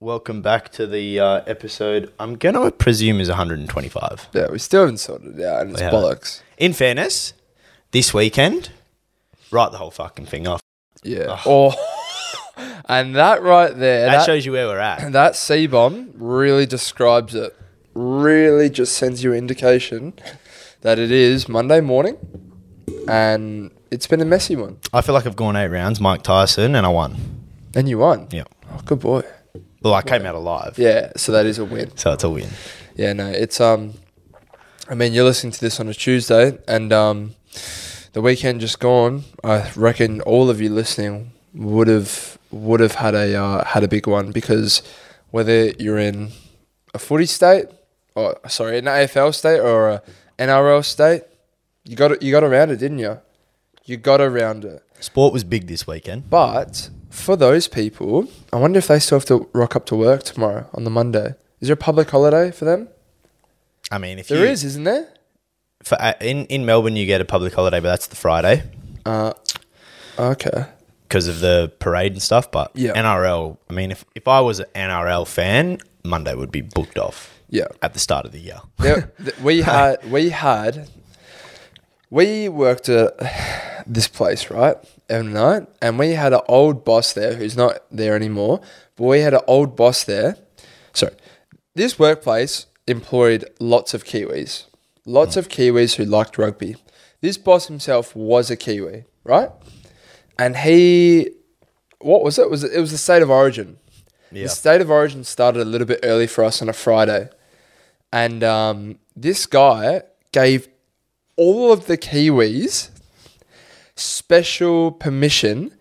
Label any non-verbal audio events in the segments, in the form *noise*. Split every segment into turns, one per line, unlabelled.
Welcome back to the uh, episode. I'm going to presume is 125.
Yeah, we still haven't sorted it out, and it's
We haven't.
bollocks.
In fairness, this weekend, write the whole fucking thing off.
Yeah. Oh, *laughs* and that right there,
That,
that,
shows you where we're at.
that C bomb really describes it. Really just sends you indication that it is Monday morning, and it's been a messy one.
*clears throat* I feel like I've gone eight rounds, Mike Tyson, and I won.
And you won.
Yeah.
Oh, good boy.
Well, I came out alive.
Yeah. So that is a win.
So it's a win.
Yeah, no, it's um, I mean, you're listening to this on a Tuesday, and um, the weekend just gone. I reckon all of you listening would have would have had a uh, had a big one because whether you're in a footy state, or sorry, an AFL state or a NRL state, you got you got around it, didn't you? You got around it.
Sport was big this weekend.
But for those people, I wonder if they still have to rock up to work tomorrow on the Monday. Is there a public holiday for them?
I mean, if
There
you,
is, isn't there?
for, uh, in in Melbourne, you get a public holiday, but that's the Friday
Uh, okay.
because of the parade and stuff. But
Yeah.
NRL. I mean, if if I was an NRL fan, Monday would be booked off
Yeah.
at the start of the year.
There- th- we had we had we worked at this place right every night, and we had an old boss there who's not there anymore. But we had an old boss there. Sorry, this workplace employed lots of Kiwis, lots of Kiwis who liked rugby. This boss himself was a Kiwi, right? And he, what was it? Was it, it was the state of origin?
Yeah.
The state of origin started a little bit early for us on a Friday. And um, this guy gave all of the Kiwis special permission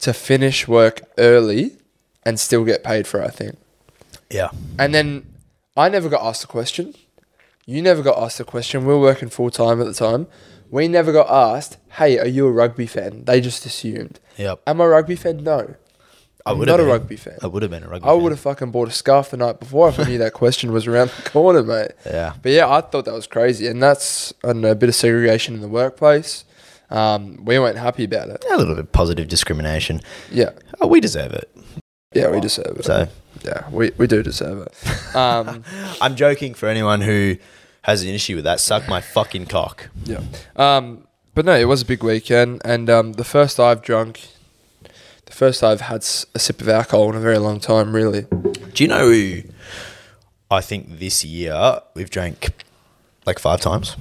to finish work early and still get paid for it, I think.
Yeah.
And then I never got asked a question. You never got asked a question. We were working full time at the time. We never got asked, hey, are you a rugby fan? They just assumed.
Yep.
Am I a rugby fan? No.
I
I'm
would
not
have
a
been.
rugby fan.
I would have been a rugby.
I would have fucking bought a scarf the night before if I knew that *laughs* question was around the corner, mate.
Yeah.
But yeah, I thought that was crazy. And that's, I don't know, a bit of segregation in the workplace. Um, we weren't happy about it.
A little bit positive discrimination.
Yeah.
Oh, we deserve it.
Yeah, we deserve it.
So
yeah, we, we do deserve it.
*laughs*
Um,
I'm joking for anyone who has an issue with that. Suck my fucking cock.
yeah. Um, but no, it was a big weekend. And um, the first I've drunk, the first I've had s- a sip of alcohol in a very long time, really.
Do you know? who- I think this year we've drank like five times.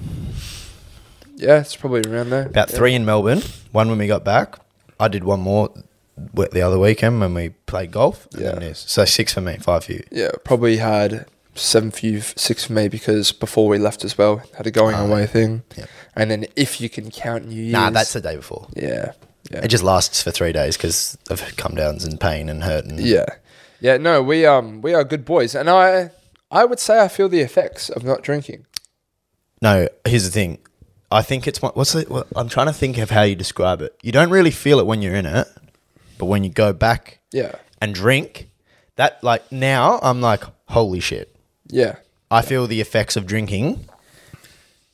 Yeah, it's probably around there.
About three in Melbourne. One when we got back. I did one more w- the other weekend when we played golf. And
Yeah.
then this. So six for me, five for you.
Yeah, probably had seven for you, six for me because before we left as well, had a going away thing.
Oh, yeah.
And then if you can count New Year's.
Nah, that's the day before.
Yeah. Yeah.
It just lasts for three days because of come downs and pain and hurt. And
Yeah. Yeah, no, we um we are good boys. And I I would say I feel the effects of not drinking.
No, here's the thing. I think it's one- what's the, what, I'm trying to think of how you describe it. You don't really feel it when you're in it, but when you go back
Yeah.
and drink, that like now I'm like, holy shit.
Yeah.
I feel the effects of drinking.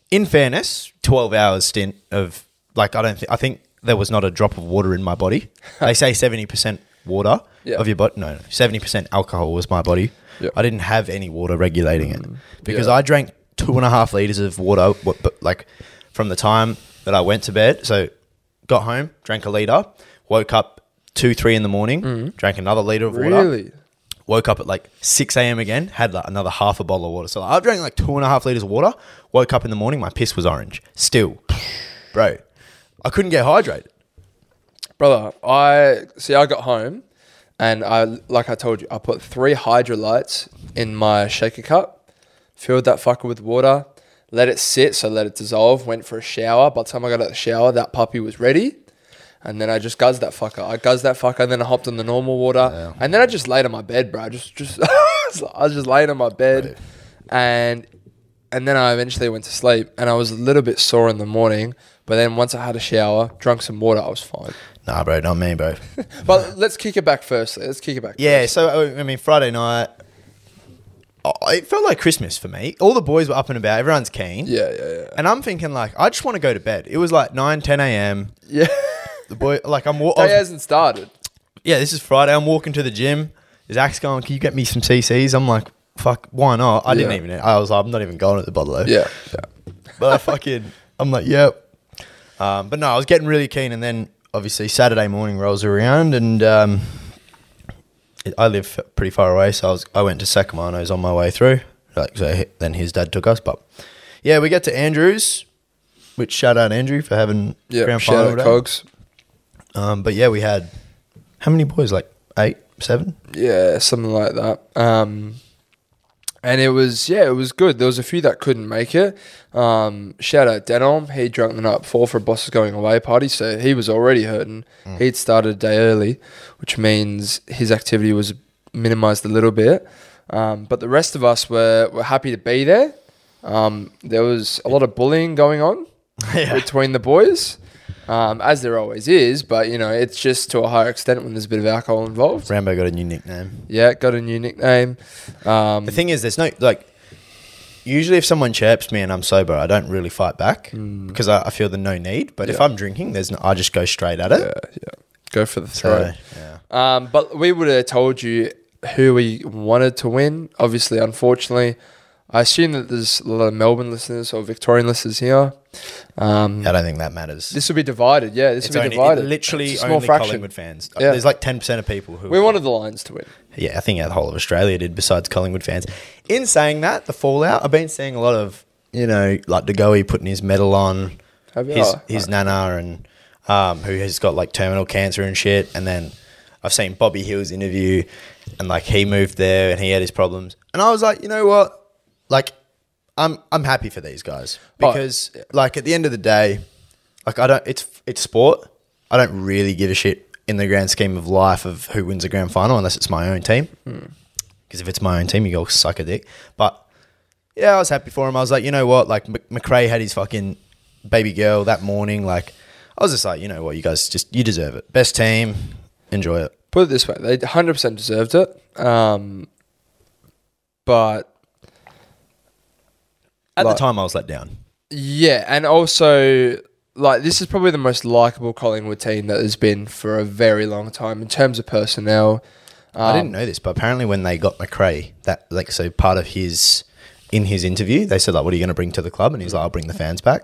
In fairness, twelve hours stint of like I don't think I think there was not a drop of water in my
*laughs*
body. they say seventy percent water
Yeah.
of your body. No, seventy percent alcohol was my body.
Yeah. Mm.
I didn't have any water regulating it because
Yeah.
I drank two and a half liters of water. What, but like from the time that I went to bed, so got home, drank a liter, woke up two three in the morning, drank another liter of water
Mm. Really?
woke up at like 6 a.m. again, had like another half a bottle of water. So like, I've drank like two and a half liters of water, woke up in the morning, my piss was orange. Still, *sighs* bro, I couldn't get hydrated.
Brother, I see I got home and I like I told you, I put three hydrolytes in my shaker cup, filled that fucker with water, let it sit, so let it dissolve, went for a shower. By the time I got out of the shower, that puppy was ready. And then I just guzzed that fucker. I guzzed that fucker, and then I hopped on the normal water. And then I just laid on my bed, bro. I Just just *laughs* I was just laying on my bed. And and then I eventually went to sleep and I was a little bit sore in the morning. But then once I had a shower, drunk some water, I was fine.
Nah, bro, not me, bro.
But let's kick it back firstly. Let's kick it
*laughs*
back.
yeah, so I- I mean, Friday night, oh, it felt like Christmas for me. All the boys were up and about, everyone's keen.
Yeah, yeah, yeah.
And I'm thinking, like, I just want to go to bed. It was like 9, 10 a.m.
Yeah.
The boy, like, I'm wa- I
*laughs* Day
was-
hasn't started.
yeah, this is Friday. I'm walking to the gym. Zach's going, can you get me some CCs? I'm like, fuck, why not? I didn't
Yeah.
even, I was like, I'm not even going at the bottle though.
Yeah. yeah.
But I fucking, I'm like, yep. Um, but no, I was getting really keen. And then obviously Saturday morning rolls around and um, it- I live pretty far away. So I, was, I went to Sacramento's on my way through. Like, so he- then his dad took us. But yeah, we get to Andrews, which shout out Andrew for having
Yeah.
grand
Shout
final
out
day.
Cogs.
Um, but yeah, we had how many boys? Like eight, seven.
Yeah, something like that. Um, and it was yeah, it was good. There was a few that couldn't make it. Um, shout out Denholm, he drank the night before for a boss's going away party, so he was already hurting. He'd started a day early, which means his activity was minimized a little bit. Um, but the rest of us were were happy to be there. Um, there was a lot of bullying going on
yeah,
between the boys. Um, as there always is, but you know, it's just to a higher extent when there's a bit of alcohol involved.
Rambo got a new nickname.
Yeah, got a new nickname. Um,
The thing is, there's no like. Usually, if someone chirps me and I'm sober, I don't really fight back because I, I feel the no need. But if
Mm. Yeah.
I'm drinking, there's no, I just go straight at it.
yeah, yeah, go for the
So,
throat.
yeah.
Um, but we would have told you who we wanted to win. Obviously, unfortunately, I assume that there's a lot of Melbourne listeners or Victorian listeners here. Um,
I don't think that matters.
this will be divided. Yeah, this
It's
will be
only, it
divided.
literally
It's a small
only
fraction.
Collingwood fans. Uh,
Yeah.
There's like ten percent of people who.
We wanted the Lions to win.
yeah, I think the whole of Australia did, besides Collingwood fans. In saying that, the fallout. I've been seeing a lot of you know like Degoe putting his medal on.
Have you?
his
Oh,
his nana and um, who has got like terminal cancer and shit. And then I've seen Bobby Hill's interview, and like he moved there and he had his problems. And I was like, you know what, like I'm I'm happy for these guys
Oh,
because like at the end of the day, like I don't it's it's sport. I don't really give a shit in the grand scheme of life of who wins the grand final unless it's my own team.
Hmm.
Because if it's my own team, you go suck a dick. But yeah, I was happy for him. I was like, you know what? Like Mc- McRae had his fucking baby girl that morning. Like I was just like, you know what? You guys just you deserve it. Best team, enjoy it.
Put it this way, they 100% deserved it. Um, but
At
Like-
the time, I was let down.
Yeah, and also like this is probably the most likable Collingwood team that has been for a very long time in terms of personnel. Um,
I didn't know this, but apparently when they got McRae, that like so part of his in his interview, they said like, "What are you going to bring to the club?" And he's like, "I'll bring the fans back."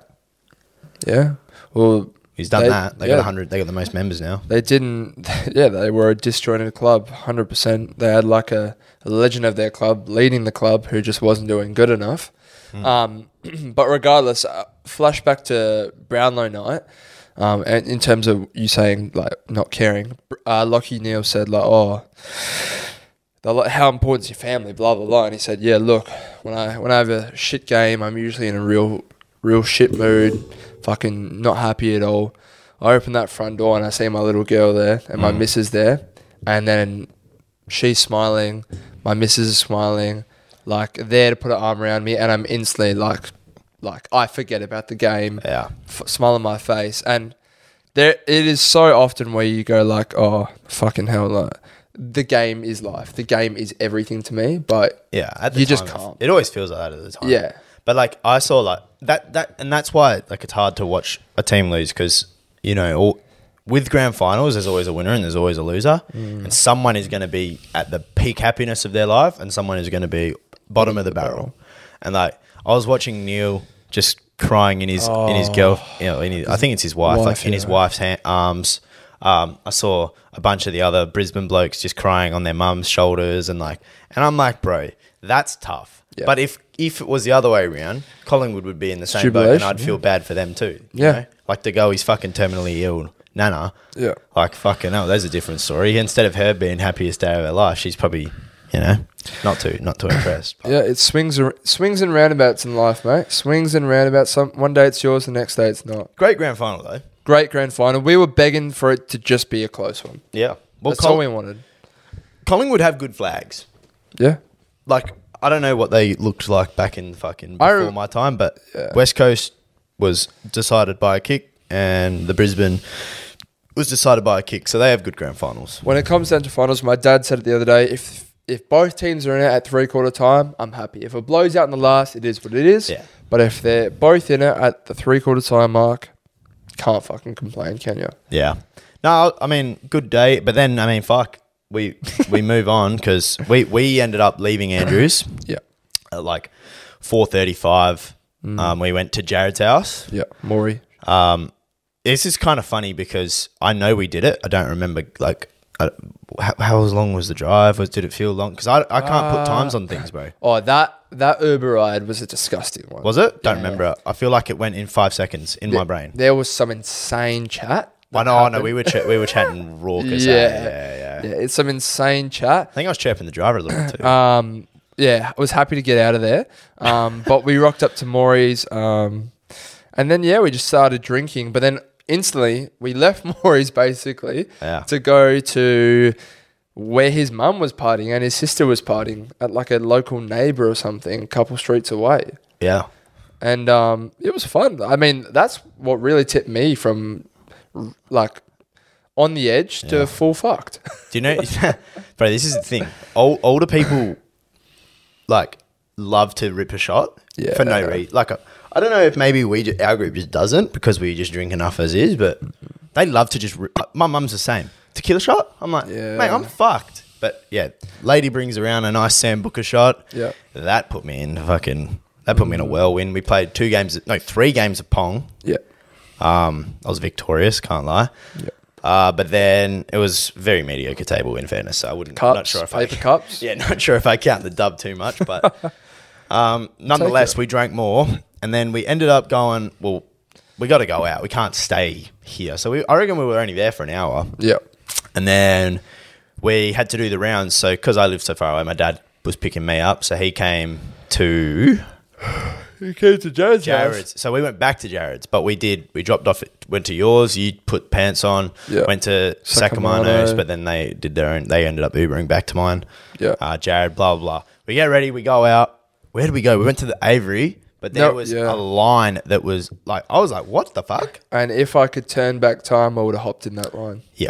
Yeah. Well,
He's done
They-
that. They
yeah.
got hundred. They got the most members now.
they didn't. *laughs* Yeah, they were a disjointed club, hundred percent. They had like a, a legend of their club leading the club who just wasn't doing good enough.
Hmm.
Um, *clears throat* but regardless, uh, flashback to Brownlow night. Um, and in terms of you saying like not caring, uh, Lockie Neal said like, "Oh, they're like, how important is your family? Blah blah blah. And he said, yeah, look, when I when I have a shit game, I'm usually in a real real shit mood, fucking not happy at all. I open that front door and I see my little girl there and my missus there, and then she's smiling, my missus is smiling, like there to put her arm around me, and I'm instantly like, like I forget about the game
Yeah,
f- smile on my face. And there, it is so often where you go like, "Oh, fucking hell!" Like, the game is life. The game is everything to me. But
yeah. At the
You
time,
just can't.
It always feels like that at the time.
Yeah.
But like I saw like that that and that's why like it's hard to watch a team lose because you know all, with grand finals there's always a winner and there's always a loser
Mm.
and someone is going to be at the peak happiness of their life and someone is going to be bottom of the barrel and like I was watching Neil just crying in his in
Oh.
his girl you know in his, I think it's his wife,
Wife,
like in his
yeah.
wife's hand, arms. Um, I saw a bunch of the other Brisbane blokes just crying on their mum's shoulders and like, and I'm like, bro, that's tough.
Yeah.
But if if it was the other way around, Collingwood would be in the same boat, and
Tribulation,
I'd feel bad for them too. you
Yeah.
know? like to go, he's fucking terminally ill, Nana.
Yeah.
like fucking hell, there's a different story. Instead of her being happiest day of her life, she's probably, you know, not too not too impressed. But
yeah, it swings, ar- swings and roundabouts in life, mate. Swings and roundabouts. Some one day it's yours, the next day it's not.
Great grand final though.
Great grand final. We were begging for it to just be a close one.
Yeah, well,
That's
Col-
all we wanted.
Collingwood have good flags.
Yeah.
like I don't know what they looked like back in fucking
I
before
rem-
my time, but
Yeah.
West Coast was decided by a kick, and the Brisbane was decided by a kick, so they have good grand finals.
When it comes down to finals, my dad said it the other day. If if both teams are in it at three quarter time, I'm happy. If it blows out in the last, it is what it is.
Yeah.
But if they're both in it at the three quarter time mark, can't fucking complain, can you?
Yeah, no, I mean good day, but then I mean fuck, we we
*laughs*
move on because we we ended up leaving Andrews
Yeah.
at like four thirty five.
Mm.
Um, we went to Jared's house.
Yeah. Maury.
This is kind of funny because I know we did it. I don't remember like. I, how, how long was the drive? Was did it feel long? Because I, I can't put times on things, bro.
Oh, that that Uber ride was a disgusting one.
Was it? Don't remember. it. I feel like it went in five seconds in my brain.
There was some insane chat.
I know, I know. We were ch- we were chatting raucous. eh?
Yeah.
yeah, yeah.
Yeah, it's some insane chat.
I think I was chirping the driver a little bit too.
Um, yeah, I was happy to get out of there.
*laughs*
Um, but we rocked up to Maury's. Um, and then, yeah, we just started drinking. But then instantly, we left *laughs* Maury's basically
Yeah.
to go to where his mum was partying and his sister was partying at like a local neighbor or something, a couple streets away.
yeah,
And um, it was fun. I mean, that's what really tipped me from r- like on the edge to full fucked. *laughs*
Do you know, *laughs* bro? This is the thing. Old, older people like love to rip a shot
Yeah.
for no reason. Like, I I don't know if maybe we ju- our group just doesn't because we just drink enough as is, but they love to just. Rip. My mum's the same. Tequila shot. I'm like,
Yeah.
mate, I'm fucked. But yeah, lady brings around a nice Sam Booker shot.
Yeah.
that put me in fucking. That put me in a whirlwind. We played two games, no, three games of pong.
yeah.
Um, I was victorious, can't lie. Uh, but then it was very mediocre table in fairness. So I wouldn't
Cups,
not sure if
paper
*laughs* I,
cups.
Yeah, not sure if I count the dub too much,
*laughs*
but um, nonetheless, we drank more, and then we ended up going. Well, we got to go out. We can't stay here. So we, I reckon we were only there for an hour,
Yeah.
and then we had to do the rounds. So because I lived so far away, my dad was picking me up, so he came to
You came to Jared's,
Jared's. So we went back to Jared's, but we did. We dropped off. Went to yours. You put pants on.
Yeah.
Went to
Sacamano.
Sacramento's, but then they did their own. They ended up Ubering back to mine.
Yeah.
Uh, Jared. Blah blah. blah. We get ready. We go out. Where did we go? We went to the Avery, but there
No,
was
yeah.
a line that was like, I was like, what the fuck?
And if I could turn back time, I would have hopped in that line.
Yeah.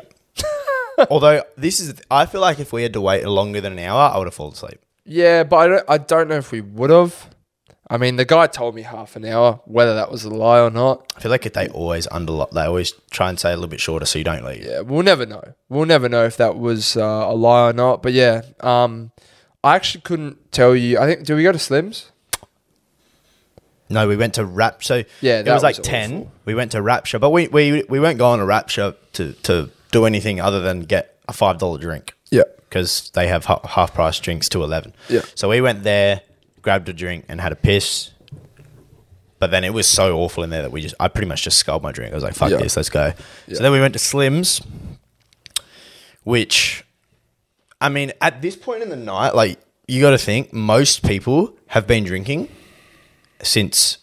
*laughs* Although this is, I feel like if we had to wait longer than an hour, I would have fallen asleep.
Yeah, but I don't, I don't know if we would have. I mean, the guy told me half an hour, whether that was a lie or not.
I feel like if they always under, they always try and say a little bit shorter so you don't leave.
Yeah, we'll never know. We'll never know if that was uh, a lie or not. But yeah, um, I actually couldn't tell you. I think, did we go to Slim's?
No, we went to Rapture. So
Yeah,
it
that
was like
was
ten.
awful.
We went to Rapture, but we we we weren't going to Rapture to to do anything other than get a five dollar drink.
Yeah.
because they have ha- half price drinks to eleven.
Yeah.
so we went there, grabbed a drink, and had a piss. But then it was so awful in there that we just I pretty much just sculled my drink. I was like, "Fuck
Yeah.
this, let's go."
Yeah.
So then we went to Slim's, which I mean, at this point in the night, like you got to think most people have been drinking since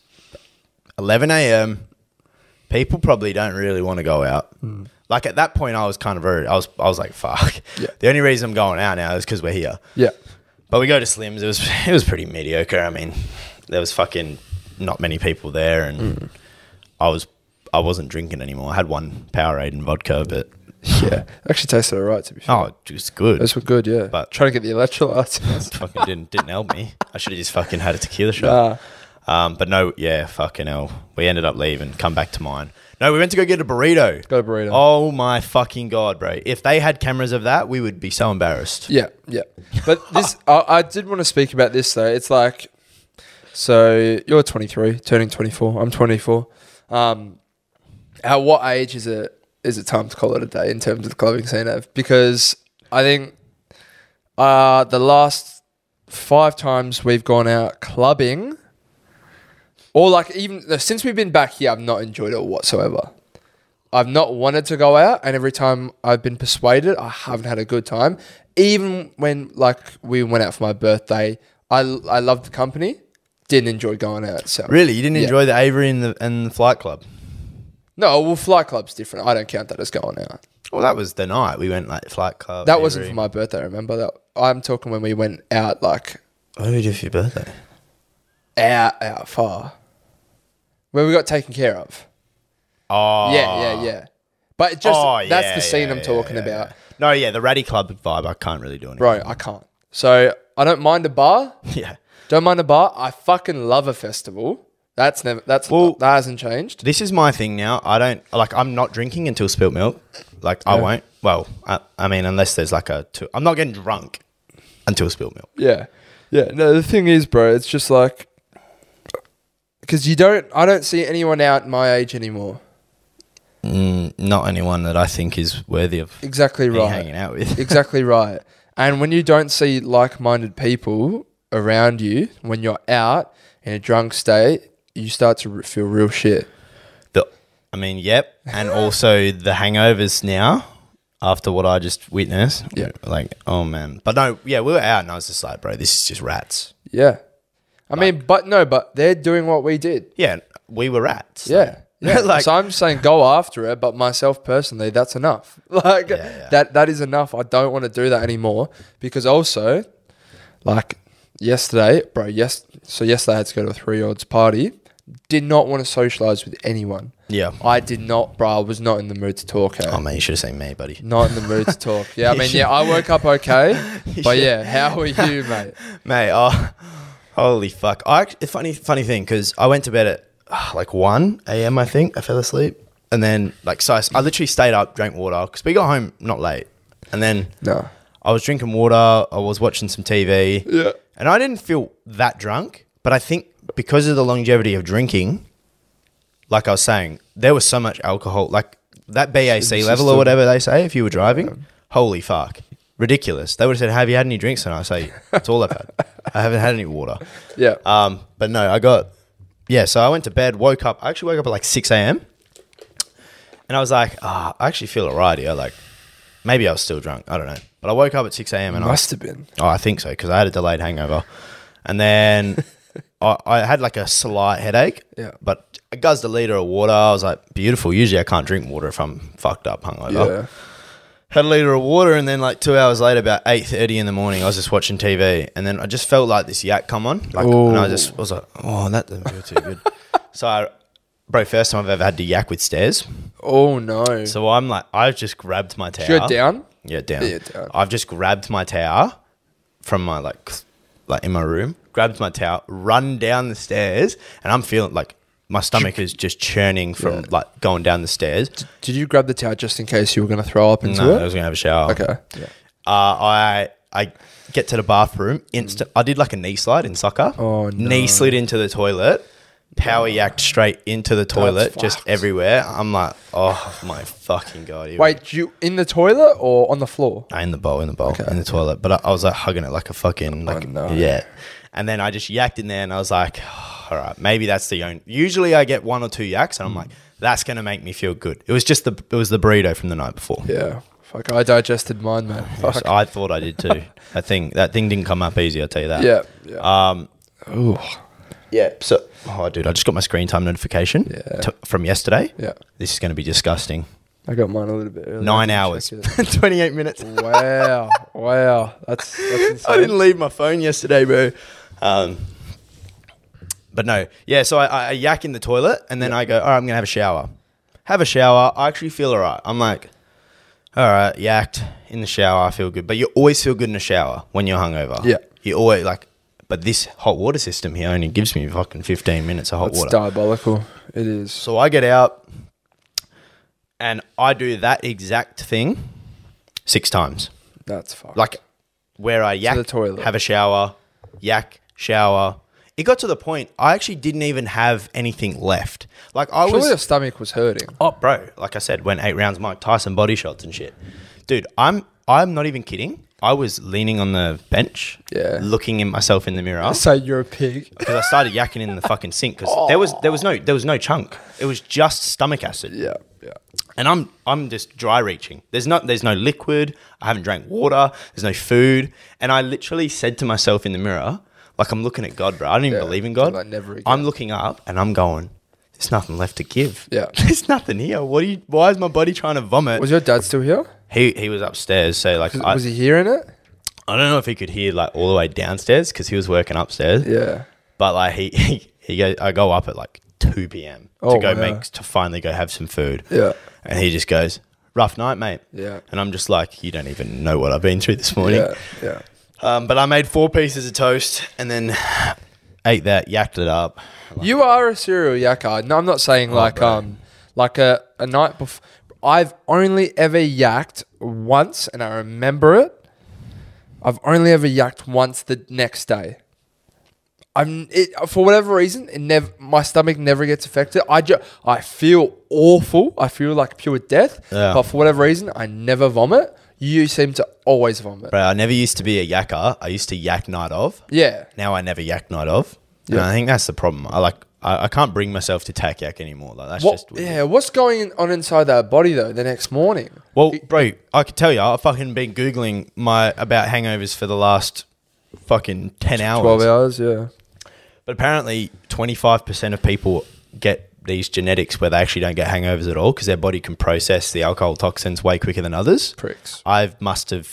11 a.m. People probably don't really want to go out.
Hmm.
Like at that point, I was kind of worried. I was, I was like, "Fuck."
Yeah.
The only reason I'm going out now is because we're here.
Yeah.
But we go to Slim's. It was, *laughs* it was pretty mediocre. I mean, there was fucking not many people there, and
Hmm.
I was, I wasn't drinking anymore. I had one Powerade and vodka, but
Yeah. Actually tasted all right, to be
*laughs*
fair.
oh, it was good.
Those were good, yeah.
But-
Trying to get the electrolytes. *laughs*
fucking didn't didn't help me. I should have just fucking had a tequila shot.
nah.
Um, but no, yeah, fucking hell. We ended up leaving, come back to mine. No, we went to go get a burrito.
Got a burrito.
Oh my fucking god, bro! If they had cameras of that, we would be so embarrassed.
Yeah, yeah. But this, I, I did want to speak about this though. It's like, so you're 23, turning 24. I'm 24. Um, at what age is it is it time to call it a day in terms of the clubbing scene? Ev? Because I think uh, the last five times we've gone out clubbing, or like even no, since we've been back here, I've not enjoyed it whatsoever. I've not wanted to go out, and every time I've been persuaded, I haven't had a good time. Even when like we went out for my birthday, I I loved the company, didn't enjoy going out. So
Really, you didn't
Yeah.
enjoy the Avery and the and the Flight Club?
no, well, flight club's different. I don't count that as going out.
Well, that was the night we went like Flight Club.
That wasn't for
Avery.
my birthday. Remember that? I'm talking when we went out, like
What Oh, did we do for your birthday?
out, out far, where we got taken care of.
Oh,
Yeah, yeah, yeah. But it just
Oh,
that's
yeah,
the scene
yeah,
I'm
yeah,
talking
yeah,
about,
Oh. No, yeah, the Ratty Club vibe. I can't really do anything.
bro. I can't. So I don't mind a bar.
*laughs* Yeah.
Don't mind a bar. I fucking love a festival. That's never. That's
Well-
that hasn't changed.
This is my thing now. I don't like. I'm not drinking until spilt milk. Like I
Yeah.
won't. Well, I, I mean, unless there's like a two. I'm not getting drunk until spilled milk.
Yeah. Yeah. No, the thing is, bro, it's just like because you don't. I don't see anyone out my age anymore.
Mm, not anyone that I think is worthy of
Exactly
being
right.
hanging out with.
exactly right. And when you don't see like-minded people around you when you're out in a drunk state, you start to re- feel real shit.
The, I mean, yep. And also the hangovers now after what I just witnessed.
Yeah.
Like, oh man. But no, yeah, we were out and I was just like, bro, this is just rats.
Yeah. I mean, but no, but they're doing what we did.
Yeah, we were rats.
Yeah.
*laughs*
Yeah.
Like-
so I'm saying go after it, but myself personally, that's enough. *laughs* Like
yeah.
that that is enough. I don't want to do that anymore because also like yesterday, bro, yes so yesterday I had to go to a 3-year-old's party. Did not want to socialize with anyone.
Yeah.
I did not, bro. I was not in the mood to talk. eh?
Oh man, you should have seen me, buddy.
Not in the mood to talk.
*laughs*
Yeah, I
You
mean,
should-
yeah, I woke up okay,
*laughs* You
but
should-
yeah, how are
*laughs*
you, mate?
Mate, oh, holy fuck! I act- funny, funny thing because I went to bed at ah, like one a.m. I think I fell asleep, and then like so I, s- I literally stayed up, drank water because we got home not late, and then
No.
I was drinking water, I was watching some TV,
Yeah.
and I didn't feel that drunk, but I think because of the longevity of drinking, like I was saying, there was so much alcohol, like that BAC
It's
level
just a-
or whatever they say if you were driving. Holy fuck. Ridiculous. They would have said, Have you had any drinks? And I say, That's all I've had. I haven't had any water.
*laughs* Yeah.
Um, but no, I got, yeah, so I went to bed, woke up. I actually woke up at like 6 a.m. And I was like, ah, I actually feel all right here. Like, maybe I was still drunk. I don't know. But I woke up at 6 a.m. and I was
Must have been.
Oh, I think so because I had a delayed hangover, and then
*laughs*
I, I had like a slight headache.
Yeah.
But I guzzed a liter of water. I was like, beautiful. Usually I can't drink water if I'm fucked up hungover.
Yeah.
Had a liter of water, and then like two hours later, about eight thirty in the morning, I was just watching TV, and then I just felt like this yak come on, like, and I
Ooh.
just was like, oh, that doesn't feel too
*laughs*
good. so, I, bro, first time I've ever had to yak with stairs.
Oh no. So
So I'm like, I've just grabbed my towel.
you're down.
Yeah, down.
Yeah, down.
I've just grabbed my tower from my like, cl- like in my room. Grabbed my tower, run down the stairs, and I'm feeling like my stomach is just churning from
Yeah.
like going down the stairs.
Did you grab the towel just in case you were going to throw up into
No, I
it?
was gonna have a shower.
Okay. Yeah.
Uh, I I get to the bathroom. Instant. I did like a knee slide in soccer.
Oh, no.
Knee slid into the toilet. Power yacked straight into the toilet, just
fucked.
everywhere. I'm like, oh my fucking god! here we
Wait, you in the toilet or on the floor?
in the bowl, in the bowl, in the toilet. But I, I was like hugging it like a fucking like
Oh, no.
yeah. And then I just yacked in there, and I was like, "Oh, all right, maybe that's the only. Usually I get one or two yaks,
Hmm.
and I'm like, that's gonna make me feel good. It was just the it was the burrito from the night before.
Yeah. Fuck, I digested mine, man. Fuck.
So I thought I did
*laughs*
too. that thing that thing didn't come up easy. I will tell you that.
Yeah. Yeah.
Um.
Ooh.
Yeah. So. Oh, dude, I just got my screen time notification
Yeah.
to- from yesterday.
Yeah.
This is gonna be disgusting.
I got mine a little bit earlier.
Nine
Check
hours,
it.
*laughs* twenty eight minutes.
wow. *laughs* Wow. That's, that's insane.
*laughs* I didn't leave my phone yesterday, bro. Um, but no, yeah. So I, I- I yak in the toilet, and then I go, "All right, I'm gonna have a shower." Have a shower. I actually feel all right. I'm like, "All right, yacked in the shower. I feel good." But you always feel good in a shower when you're hungover.
Yeah.
you always like. But this hot water system here only gives me fucking 15 minutes of hot
It's
water.
diabolical. It is.
So I get out, and I do that exact thing six times
That's fucked.
like where I yak,
the toilet.
have a shower, yak, shower. It got to the point I actually didn't even have anything left. Like I
Surely your
was,
stomach was hurting.
oh bro, like I said, went eight rounds, Mike Tyson body shots and shit, dude. I'm I'm not even kidding. I was leaning on the bench,
Yeah.
looking at myself in the mirror
So you're
*laughs*
a pig.
because I started yakking in the fucking sink because there was there was no there was no chunk. It was just stomach acid
Yeah. Yeah.
and I'm I'm just dry reaching. There's not there's no liquid. I haven't drank water. There's no food, and I literally said to myself in the mirror, like I'm looking at God, bro. I don't even
Yeah,
believe in God.
like, never again.
I'm looking up and I'm going. There's nothing left to give.
Yeah.
*laughs* there's nothing here. What do you? Why is my body trying to vomit?
Was your dad still here?
he he was upstairs, so like I,
Was he hearing it?
I don't know if he could hear like all the way downstairs because he was working upstairs.
Yeah.
But like he *laughs* he, he goes, I go up at like two p.m.
Oh,
to go
wow.
make to finally go have some food.
Yeah.
And he just goes, rough night, mate.
Yeah.
And I'm just like, you don't even know what I've been through this morning.
Yeah. Yeah.
Um, but I made four pieces of toast and then *sighs* ate that, yacked it up. Oh,
You are a serial yakker. No, I'm not saying like
bro.
um like a, a night before. I've only ever yacked once, and I remember it. I've only ever yacked once the next day. I'm it, for whatever reason, it never my stomach never gets affected. I ju- I feel awful. I feel like pure death.
Yeah.
But for whatever reason, I never vomit. You seem to always vomit.
Bro, I never used to be a yakker. I used to yak night of.
Yeah.
Now I never yak night of. And
Yeah.
I think that's the problem. I like I, I can't bring myself to tack yak anymore. Like that's
What,
just weird.
yeah, what's going on inside that body though the next morning?
Well, bro, I could tell you, I've fucking been googling my about hangovers for the last fucking ten hours.
12 hours, yeah.
But apparently, twenty five percent of people get these genetics where they actually don't get hangovers at all because their body can process the alcohol toxins way quicker than others.
Pricks.
I must have,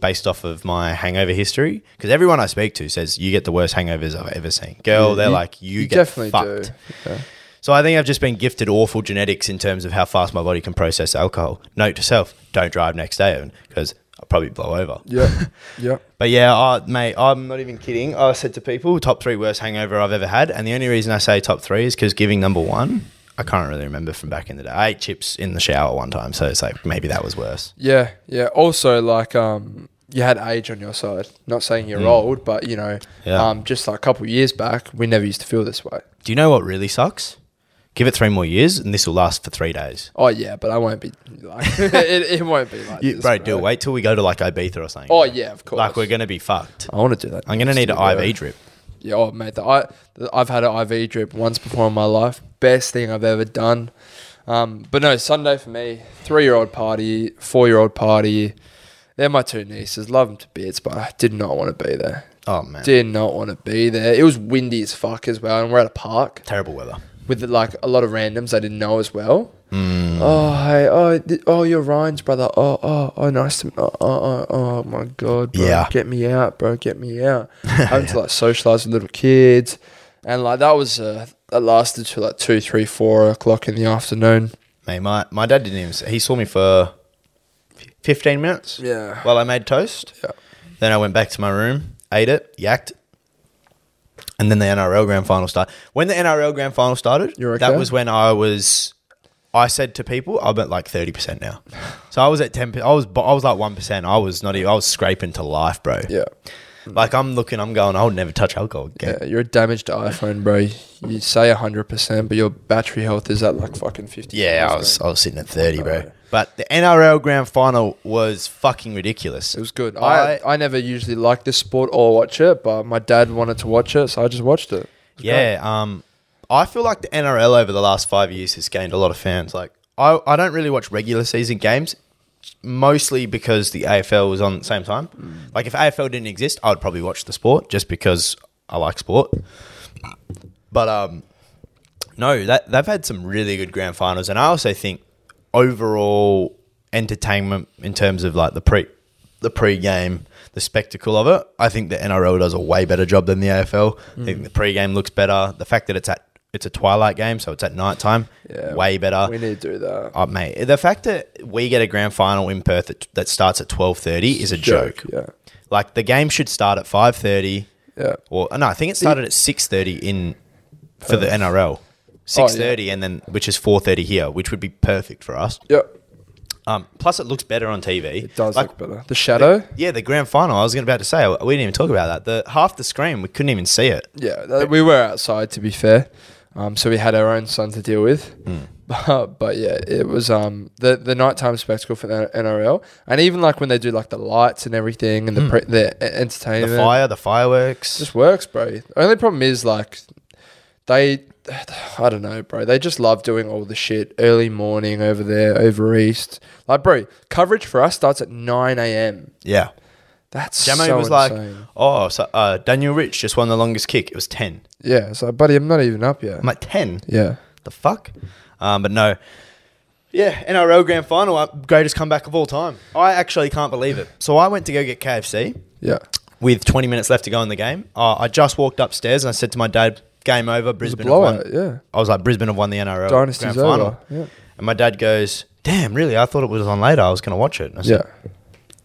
based off of my hangover history, because everyone I speak to says you get the worst hangovers I've ever seen. Girl, they're
you-
like you, get definitely fucked.
do. Yeah.
So I think I've just been gifted awful genetics in terms of how fast my body can process alcohol. Note to self: don't drive next day because I'll probably blow over.
*laughs* Yeah. yeah.
But yeah, I, mate, I'm not even kidding. I said to people, top three worst hangover I've ever had, and the only reason I say top three is because giving number one, I can't really remember from back in the day. I ate chips in the shower one time, so it's like maybe that was worse.
Yeah. Yeah. Also, like, um, you had age on your side. Not saying you're old, but, you know,
Mm. Yeah.
um, just like a couple years back, we never used to feel this way.
Do you know what really sucks? Give it three more years, and this will last for three days.
Oh, yeah, but I won't be like, *laughs* it, it won't be like
You,
this.
bro, do it. Wait till we go to like Ibiza or something.
Oh, yeah, of course.
like we're gonna be fucked.
I want to do that.
I'm gonna need an
Yeah.
IV drip.
Yeah, oh, mate, the, I, the, I've had an IV drip once before in my life. Best thing I've ever done. Um, but no, Sunday for me, three year old party, four year old party. They're my two nieces. Love them to bits, but I did not want to be there.
Oh man,
Did not want to be there. It was windy as fuck as well, and we're at a park
terrible weather.
with like a lot of randoms I didn't know as well.
Hmm.
Oh, hey, oh, th- oh, you're Ryan's brother. Oh, oh, oh, nice to. Oh, oh, oh, oh my God, bro.
Yeah.
Get me out, bro. Get
*laughs*
me out. Having to like socialize with little kids. And like that was, uh, that lasted till like two, three, four o'clock in the afternoon.
Mate, my, my dad didn't even. s- He saw me for f- fifteen minutes.
Yeah.
While I made toast.
Yeah.
Then I went back to my room, ate it, yacked, and then the NRL grand final started. When the NRL grand final started,
You're
that
okay?
was when I was. I said to people, I'm at like thirty percent now. So I was at ten. per- I was bo- I was like one percent. I was not. even- I was scraping to life, bro.
Yeah.
Like I'm looking. I'm going. I would never touch alcohol again.
Yeah, you're a damaged iPhone, bro. You say 100%, but your battery health is at like fucking 50.
Yeah, I
percent.
was I was sitting at thirty, bro.
Alright.
But the NRL grand final was fucking ridiculous.
It was good. I, I never usually liked this sport or watch it, but my dad wanted to watch it, so I just watched it. It was
Yeah, um, I feel like the NRL over the last five years has gained a lot of fans. Like, I, I don't really watch regular season games, mostly because the AFL was on at the same time.
Mm.
Like, if AFL didn't exist, I would probably watch the sport just because I like sport. But um, no, that they've had some really good grand finals, and I also think overall entertainment in terms of like the pre the pre-game, the spectacle of it. I think the NRL does a way better job than the AFL. I
Mm.
think the pre-game looks better. The fact that it's at it's a twilight game, so it's at nighttime,
Yeah.
way better.
good. We need to do that.
Oh, mate, the fact that we get a grand final in Perth that, that starts at twelve thirty is a *laughs* joke.
Yeah.
Like the game should start at five thirty.
Yeah.
Or no, I think it started at six thirty in for the
Oh,
NRL. Six thirty, and then which is four thirty here, which would be perfect for us.
Yep.
Um, plus, it looks better on TV.
It does
Like,
look better. The shadow?
yeah, the grand final. I was gonna about to say we didn't even talk about that. The half the screen we couldn't even see it.
yeah. that- we were outside, to be fair. Um, so we had our own son to deal with.
Hmm.
*laughs* But, but yeah, it was um, the, the nighttime spectacle for the NRL. And even like when they do like the lights and everything and the, pre- the e-
The
entertainment.
fire, Hmm. the fireworks.
just works, bro. Only problem is like they, *sighs* I don't know, bro. They just love doing all the shit early morning over there, over east. Like, bro, coverage for us starts at nine a.m.
yeah.
That's
Jamo
so
was
insane.
like, "Oh, so, uh, Daniel Rich just won the longest kick. It was ten.
yeah. So, buddy, I'm not even up yet.
I'm like ten.
yeah,
the fuck? Um, but no. Yeah, NRL grand final, uh, greatest comeback of all time. I actually can't believe it. So I went to go get KFC
yeah.
with 20 minutes left to go in the game. Uh, I just walked upstairs and I said to my dad, game over,
It's a
Brisbane have
blowout.
won.
Yeah,
I was like, Brisbane have won the NRL
dynasty's
grand final.
over. Yeah,
And my dad goes, damn, really? I thought it was on later. I was going to watch it. And I
yeah.
said,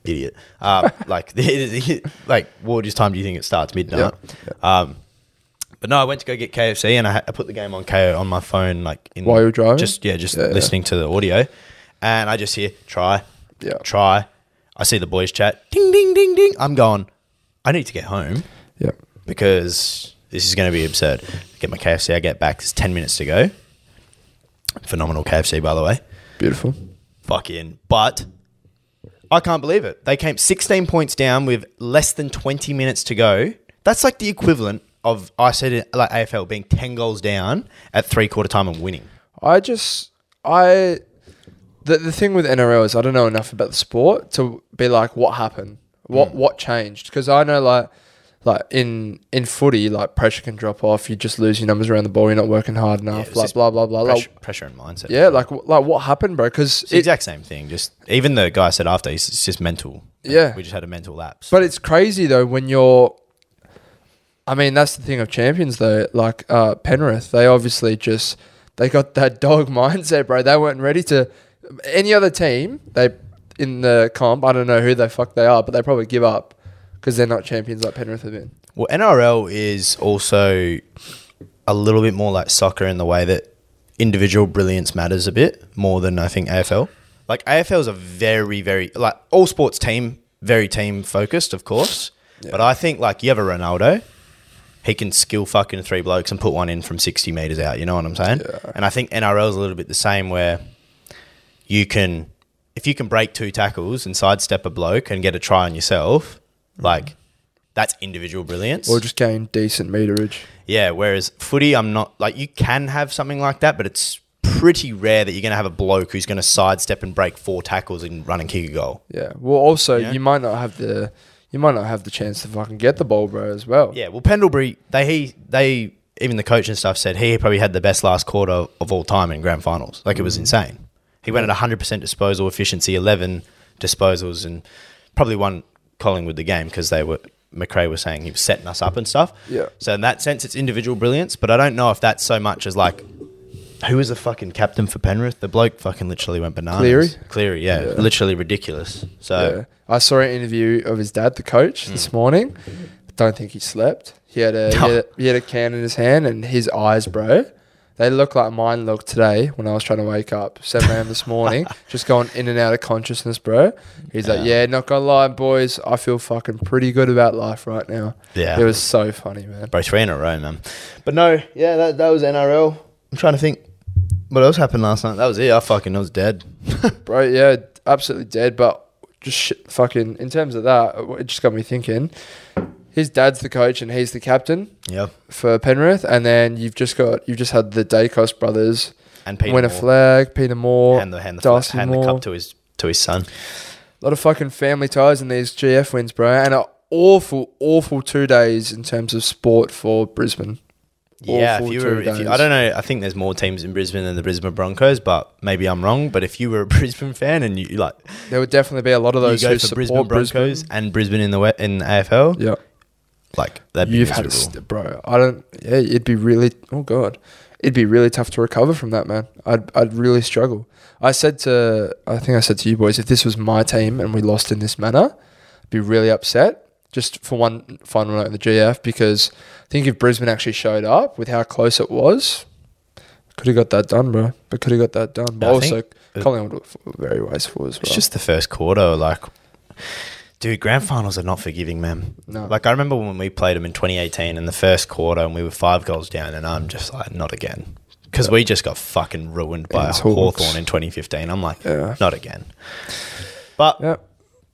idiot.
*laughs*
Um, like, *laughs* like, what is time do you think it starts? Midnight. Um, but no, I went to go get KFC and I, ha- I put the game on KO on my phone, like in
While you were driving?
Just yeah, just
Yeah, yeah.
listening to the audio, and I just hear try,
Yeah.
try. I see the boys chat, ding, ding, ding, ding. I'm going. I need to get home
Yeah.
because this is going to be absurd. Get my KFC. I get back. There's ten minutes to go. Phenomenal KFC, by the way.
Beautiful.
Fucking. But I can't believe it. They came 16 points down with less than 20 minutes to go. That's like the equivalent of I said it, like AFL being 10 goals down at three quarter time and winning.
I just I the the thing with NRL is I don't know enough about the sport to be like what happened, what
Hmm.
what changed because I know like like in in footy like pressure can drop off, you just lose your numbers around the ball, you're not working hard enough,
was
like
just
blah blah blah blah.
Pressure, pressure and mindset.
Yeah, like wh- like what happened, bro? Because
It's the exact same thing. Just even the guy said after, it's it's just mental.
Yeah.
we just had a mental lapse.
But it's crazy though when you're. I mean, that's the thing of champions though. Like uh, Penrith, they obviously just they got that *laughs* dog mindset, bro. They weren't ready to any other team. They in the comp. I don't know who the fuck they are, but they probably give up because they're not champions like Penrith have been.
Well, NRL is also a little bit more like soccer in the way that individual brilliance matters a bit more than I think AFL. Like AFL is a very, very like all sports team, very team focused, of course. But I think like you have a Ronaldo, he can skill fucking three blokes and put one in from sixty meters out. You know what I'm saying? And I think NRL is a little bit the same where you can if you can break two tackles and sidestep a bloke and get a try on yourself, like that's individual brilliance.
Mm. Or just gain decent meterage.
Yeah, whereas footy, I'm not like you can have something like that, but it's pretty rare that you're going to have a bloke who's going to sidestep and break four tackles and run and kick a goal.
Yeah. Well, also
Yeah.
you might not have the you might not have the chance to fucking get the ball, bro, as well.
Yeah, well, Pendlebury, they he they even the coach and stuff said he probably had the best last quarter of all time in grand finals. Like it
Mm.
was insane. He went at 100% disposal efficiency, 11 disposals, and probably won Collingwood the game because they were McRae was saying he was setting us up and stuff.
Yeah.
So in that sense, it's individual brilliance, but I don't know if that's so much as like. Who was the fucking captain for Penrith? The bloke fucking literally went bananas.
Cleary?
Cleary, yeah.
Yeah.
Literally ridiculous. So
Yeah. Hmm. I saw an interview of his dad, the coach, this morning. Don't think he slept. He had a, *laughs* he, had a he had a can in his hand, and his eyes, bro, they look like mine looked today when I was trying to wake up 7 a.m. this *laughs* morning, just going in and out of consciousness, bro. He's like, yeah, not gonna lie, boys, I feel fucking pretty good about life right now.
Yeah.
it was so funny, man.
Bro, three in a row, man. But no, yeah, that, that was NRL. I'm trying to think what else happened last night. That was it. I fucking was
*laughs*
dead.
Bro, yeah, absolutely dead. But just shit, fucking in terms of that, it just got me thinking. His dad's the coach, and he's the captain.
yep.
for Penrith, and then you've just got you've just had the Dacos brothers
And Peter
win a
Moore.
flag, Peter Moore,
hand the hand the, flag,
Darcy
hand the
Moore.
cup to his to his son.
a lot of fucking family ties in these GF wins, bro, and an awful, awful two days in terms of sport for Brisbane.
Yeah, if
Awful
you
two
were, if
days.
you, I don't know. I think there's more teams in Brisbane than the Brisbane Broncos, but maybe I'm wrong. But if you were a *laughs* Brisbane fan and you like,
There would definitely be a lot of
you
those
go
who
for Brisbane
support
Broncos
Brisbane.
and Brisbane in the we- in the AFL,
Yeah,
like that'd be
you've had, a,
miserable.
st- bro. I don't. Yeah, it'd be really. Oh god, it'd be really tough to recover from that, man. I'd, I'd really struggle. I said to, I think I said to you boys, if this was my team and we lost in this manner, I'd be really upset. Just for one final note in the GF, because I think if Brisbane actually showed up with how close it was, could have got that done, bro. But could have got that done. But
I
also,
think-
Collingwood were f- very wasteful as well.
It's just the first quarter, like. Dude, grand finals are not forgiving, man.
No.
Like I remember when we played them in 2018 in the first quarter, and we were five goals down, and I'm just like, not again, because we just got fucking ruined by
It's Hawks.
Hawthorn in 2015. I'm like,
Yeah.
not again. But
yeah.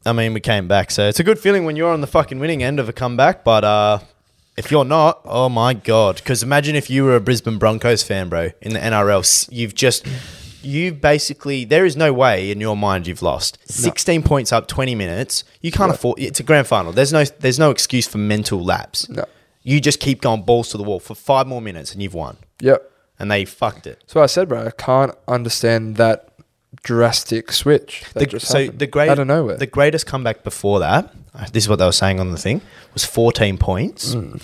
I mean, we came back, so it's a good feeling when you're on the fucking winning end of a comeback. But uh, if you're not, oh my god! Because imagine if you were a Brisbane Broncos fan, bro, in the NRL, S- you've just you basically there is no way in your mind you've lost. Sixteen points up, twenty minutes. You can't afford. It's a grand final. There's no there's no excuse for mental lapse.
No.
You just keep going balls to the wall for five more minutes, and you've won.
Yep.
And they fucked it.
So I said, bro, I can't understand that drastic switch. That
The-
just
so
happened
the great
out of nowhere.
the greatest comeback before that. uh, This is what they were saying on the thing was 14 points,
Mm.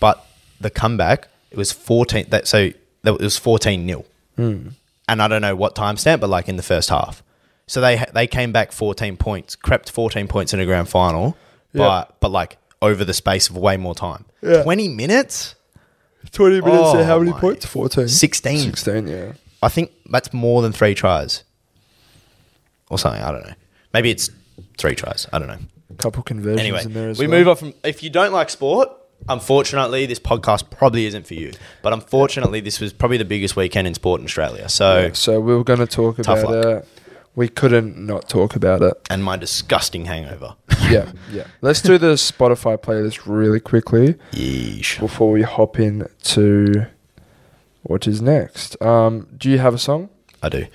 but the comeback it was 14. That so that it was 14 nil,
Mm.
and I don't know what timestamp, but like in the first half, so they ha- they came back 14 points, crept 14 points in a grand final,
Yeah.
but but like over the space of way more time,
Yeah.
20 minutes,
Twenty minutes.
Oh,
and how many
my.
points? Fourteen.
16.
Sixteen. Yeah.
I think that's more than three tries. or something. I don't know. Maybe it's three tries. I don't know.
couple conversions
Anyway,
in there as
we
well.
move on from. If you don't like sport, unfortunately, this podcast probably isn't for you. But unfortunately, this was probably the biggest weekend in sport in Australia. So,
So we were going to talk
Tough
about
luck.
it. We couldn't not talk about
*laughs*
it.
and my disgusting hangover.
Yeah, yeah. Let's do the Spotify playlist really quickly
Yeesh.
before we hop in to what is next. Um, do you have a song?
I do.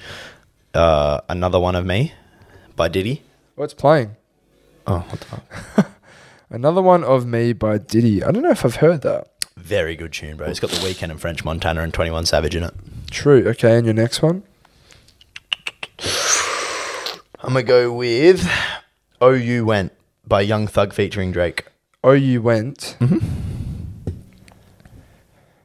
Uh, another one of me by Diddy.
What's playing?
Oh, what the fuck?
Another one of me by Diddy. I don't know if I've heard that.
Very good tune, bro. It's got the weekend and French Montana and Twenty One Savage in it.
True. Okay, and your next one?
I'm gonna go with "Oh You Went" by Young Thug featuring Drake.
Oh, you went.
Mm-hmm.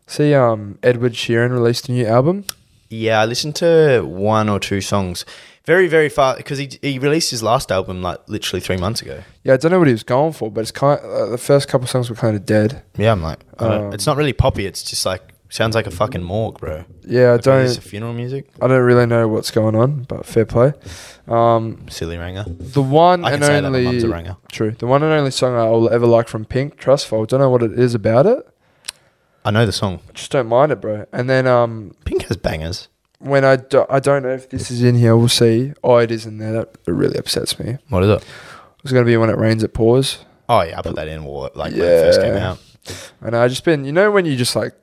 See, um, Edward Sheeran released a new album.
Yeah, I listened to one or two songs. Very, very far because he he released his last album like literally three months ago.
Yeah, I don't know what he was going for, but it's kind. uh, the first couple songs were kind of dead.
Yeah, I'm like, I don't-
Um,
it's not really poppy. It's just like sounds like a fucking morgue, bro.
Yeah, I
Like, is this
don't.
a funeral music?
I don't really know what's going on, but fair play. Um,
Silly ranger.
the one
I can
and
say that my mum's a
only
ranger.
true. The one and only song I will ever like from Pink, Trustful. Don't know what it is about it.
I know the song.
I just don't mind it, bro. And then um,
Pink has bangers.
when I do, I don't know if this is in here. We'll see. Oh, it is in there. That it really upsets me.
What is it?
It's gonna be when it rains, it pours.
Oh yeah, I put that in war like when it first came
Yeah.
out.
And I just been, you know, when you just like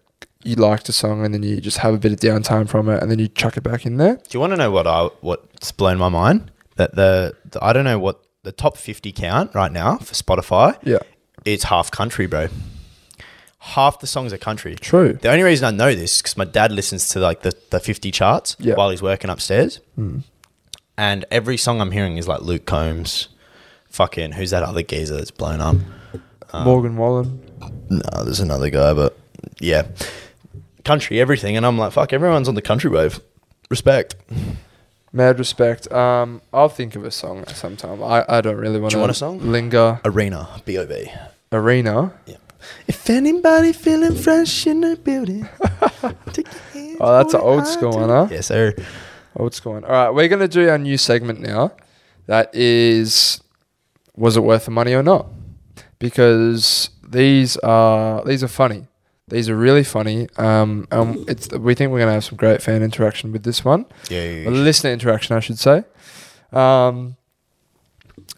you liked a song and then you just have a bit of downtime from it and then you chuck it back in there.
Do you want to know what I what's blown my mind? That the, the I don't know what the top fifty count right now for Spotify.
Yeah,
It's half country, bro. Half the songs are country.
true.
The only reason I know this is because my dad listens to like the, the 50 charts
Yeah. Hmm.
while he's working upstairs. And every song I'm hearing is like Luke Combs, fucking, who's that other geezer that's blown up? Uh,
Morgan Wallen.
No, there's another guy, but yeah. Country, everything. And I'm like, fuck, everyone's on the country wave. Respect.
Mad respect. Um, I'll think of a song sometime. I, I don't really want to.
want a song?
Linger
Arena, B.O.B.
arena.
If anybody feeling fresh in the building, take your hands
Oh, that's an
on
old
high
school
to-
one, huh?
Yes, sir.
Old school one. Oh, All right, we're gonna do our new segment now. That is, was it worth the money or not? Because these are these are funny. These are really funny. Um, um, it's we think we're gonna have some great fan interaction with this one.
Yeah.
Well, listener interaction, I should say. Um,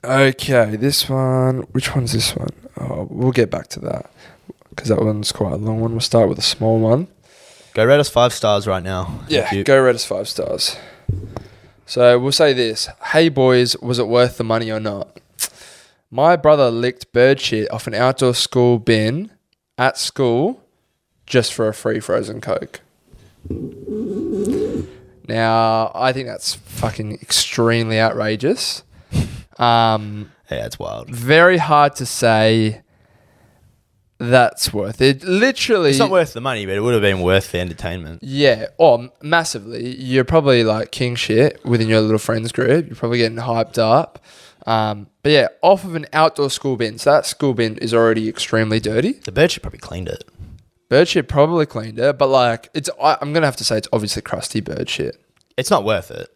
okay, this one. Which one's this one? Oh, we'll get back to that because that one's quite a long one. We'll start with a small one.
Go rate us five stars right now.
Yeah,
If you-
go rate us five stars. So we'll say this: Hey boys, was it worth the money or not? My brother licked bird shit off an outdoor school bin at school just for a free frozen coke. Now I think that's fucking extremely outrageous. Um,
yeah, it's wild.
very hard to say that's worth it. Literally,
It's not worth the money, but it would have been worth the entertainment.
Yeah, or m- massively. You're probably like king shit within your little friends group. You're probably getting hyped up. Um, but yeah, off of an outdoor school bin. So that school bin is already extremely dirty.
The bird shit probably cleaned it.
Bird shit probably cleaned it, but like it's. I, I'm gonna have to say it's obviously crusty bird shit.
It's not worth it.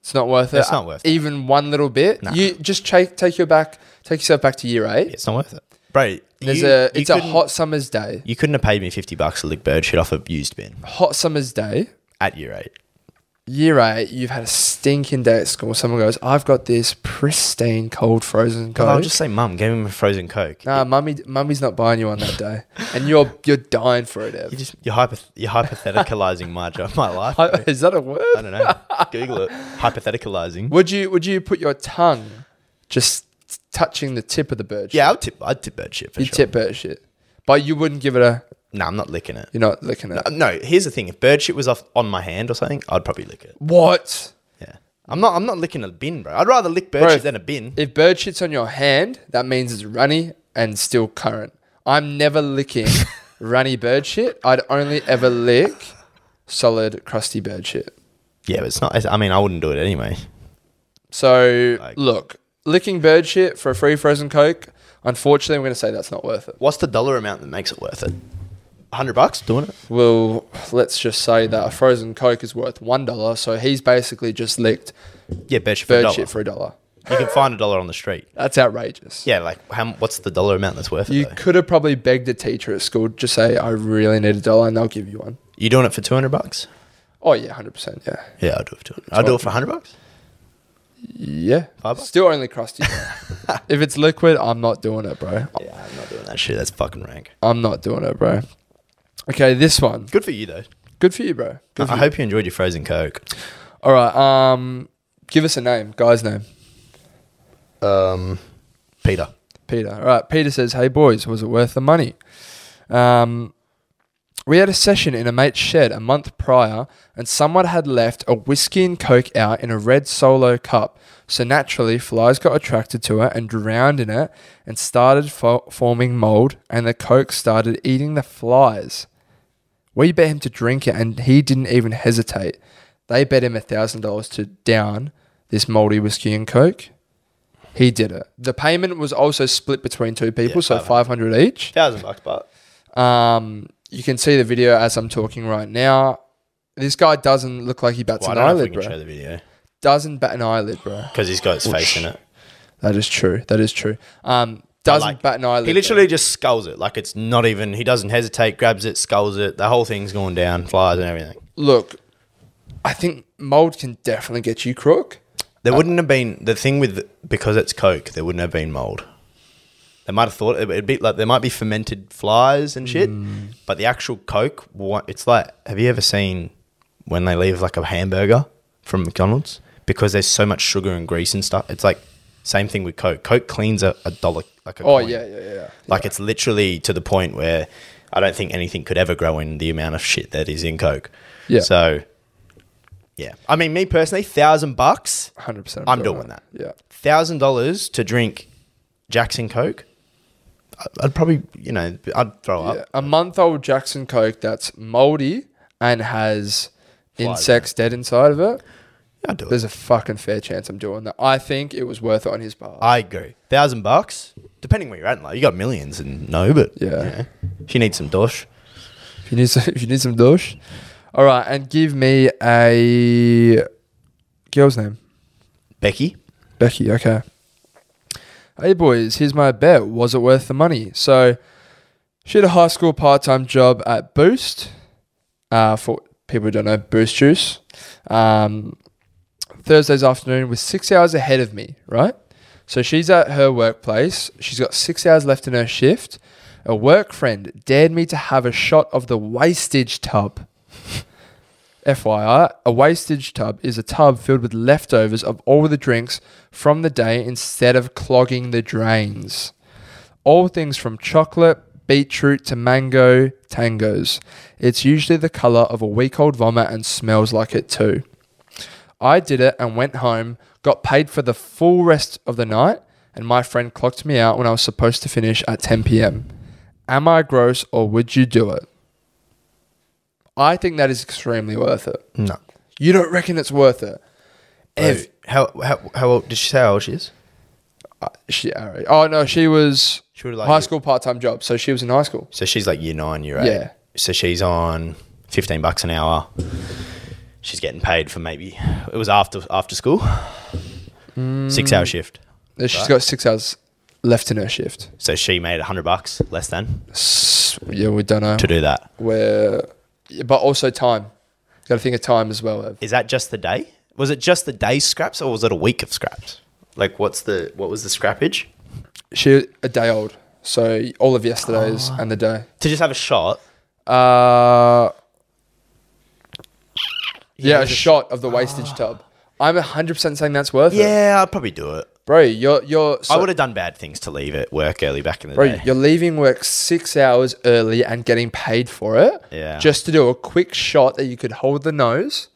It's not worth it.
It's not worth it.
even one little bit.
Nah.
You just take take your back, take yourself back to year eight.
It's not worth it, bro.
There's
you-
a.
you
It's a
couldn't-
hot summer's day.
You couldn't have paid me fifty bucks to lick bird shit off a used bin
Hot summer's day.
at year eight.
year eight, you've had a stinking day at school. Someone goes, I've got this pristine cold frozen
But I'll
coke.
just say, mum, gave him a frozen coke.
nah, mummy, mummy's not buying you one that day, and you're you're dying for
*laughs*
it,
You
Ev.
just you're, hypoth- you're hypotheticalizing my job, my life. bro.
Hi- Is that a
I
word?
don't know. Google
*laughs*
it. Hypotheticalizing.
Would you would you put your tongue just touching the tip of the bird?
Yeah, I'll tip. I'd tip bird shit for
you
sure.
tip bird shit, but you wouldn't give it a.
No, I'm not licking it.
You're not licking it.
Uh, No, here's the thing. If bird shit was off on my hand or something, I'd probably lick it.
What?
Yeah, I'm not. I'm not licking a bin, bro. I'd rather lick bird
Bro,
shit than a bin.
If bird shit's on your hand, that means it's runny and still current. I'm never
*laughs*
licking runny bird shit. I'd only ever lick solid crusty bird shit.
Yeah, but it's not. it's- I mean, I wouldn't do it anyway.
So
Like-
look, licking bird shit for a free frozen coke. Unfortunately, I'm going to say that's not worth it.
What's the dollar amount that makes it worth it? hundred bucks doing it.
Well, let's just say that a frozen Coke is worth one dollar, so he's basically just licked
Yeah, bet you for a
bird
dollar.
shit for a dollar.
you can find a dollar on the street.
That's outrageous.
Yeah, like how, m- what's the dollar amount that's worth it?
You
though?
could have probably begged a teacher at school, just say, I really need a dollar, and they'll give you one.
You doing it for two hundred bucks?
Oh, yeah, 100%. Yeah.
Yeah, I'll do it for two hundred. I'll do it for hundred bucks.
Yeah.
Five bucks?
Still only crusty. *laughs* if it's liquid, I'm not doing it, bro.
Yeah, I'm not doing that shit. That's fucking rank.
I'm not doing it, bro. Okay, this one.
Good for you though.
Good for you, bro. Good for
I
you.
hope you enjoyed your frozen coke.
All right. Um, give us a name, guy's name.
Um, Peter.
Peter. All right. Peter says, "Hey boys, was it worth the money?" Um, we had a session in a mate's shed a month prior, and someone had left a whiskey and coke out in a red solo cup. So naturally, flies got attracted to it and drowned in it, and started fo- forming mold. And the coke started eating the flies. We bet him to drink it, and he didn't even hesitate. They bet him a thousand dollars to down this moldy whiskey and coke. He did it. The payment was also split between two people,
Yeah,
so five hundred each.
Thousand bucks, but
Um, you can see the video as I'm talking right now. This guy doesn't look like he bats
well, I
an
don't know if we
eyelid,
can
bro.
show the video
Doesn't bat an eyelid, bro.
because he's got his face in it.
That is true. That is true. Um, doesn't
like-
bat an eyelid.
He
bro.
literally just skulls it. Like it's not even. He doesn't hesitate. Grabs it, skulls it. The whole thing's going down. Flies and everything.
look. I think mold can definitely get you crook. Uh,
There wouldn't have been the thing with because it's Coke. There wouldn't have been mold. They might have thought it would be like there might be fermented flies and shit,
Mm.
but the actual Coke, wha- it's like have you ever seen when they leave like a hamburger from McDonald's because there's so much sugar and grease and stuff. It's like same thing with Coke. Coke cleans a, a dollar like a
Oh
coin.
yeah, yeah, yeah, yeah.
like it's literally to the point where I don't think anything could ever grow in the amount of shit that is in Coke.
Yeah.
So yeah, I mean me personally, thousand bucks
hundred percent.
I'm doing that.
Yeah.
thousand dollars to drink Jackson Coke, I- I'd probably you know I'd throw
Yeah,
up.
a month old Jackson Coke that's moldy and has insects dead inside of it.
I'd do it.
There's a fucking fair chance I'm doing that. I think it was worth it on his part.
I agree. Thousand bucks, depending where you're at. in life. you got millions and no, but
Yeah.
you know, she needs some dosh.
if you need *laughs* some, if you need some douche, all right, and give me a girl's name,
Becky,
Becky. Okay. Hey boys, here's my bet. Was it worth the money? So, she had a high school part-time job at Boost. Uh, for people who don't know, Boost Juice. Um, Thursday's afternoon was six hours ahead of me, right? So she's at her workplace. She's got six hours left in her shift. A work friend dared me to have a shot of the wastage tub. FYI, a wastage tub is a tub filled with leftovers of all the drinks from the day instead of clogging the drains. All things from chocolate, beetroot to mango, tangos. It's usually the color of a week old vomit and smells like it too. I did it and went home, got paid for the full rest of the night, and my friend clocked me out when I was supposed to finish at 10 p.m. Am I gross or would you do it? I think that is extremely worth it.
no.
You don't reckon it's worth it? Ev-
how, how how old did she say how old she is?
uh, she, all right. oh no, she was
She would've liked
high
it.
school part time job, so she was in high school.
So she's like year nine, year eight.
Yeah.
So she's on fifteen bucks an hour. She's getting paid for maybe it was after after school,
Hmm.
six hour shift.
Uh, She's got six hours left in her shift.
So she made hundred bucks less than
S- Yeah, we don't know
to do that.
where, yeah, but also time. Got to think of time as well. Ev.
Is that just the day? Was it just the day scraps, or was it a week of scraps? Like, what's the what was the scrappage?
She a day old, so all of yesterday's
Oh.
and the day.
To just have a shot.
Uh, yeah, a
there's a-
shot of the wastage tub. I'm hundred percent saying that's worth
Ah.
it,
Yeah, I'd probably do it.
bro. You're you're.
I
So,
would have done bad things to leave at work early back in the
Bro,
day.
you're leaving work six hours early and getting paid for it.
Yeah.
Just to do a quick shot that you could hold the nose.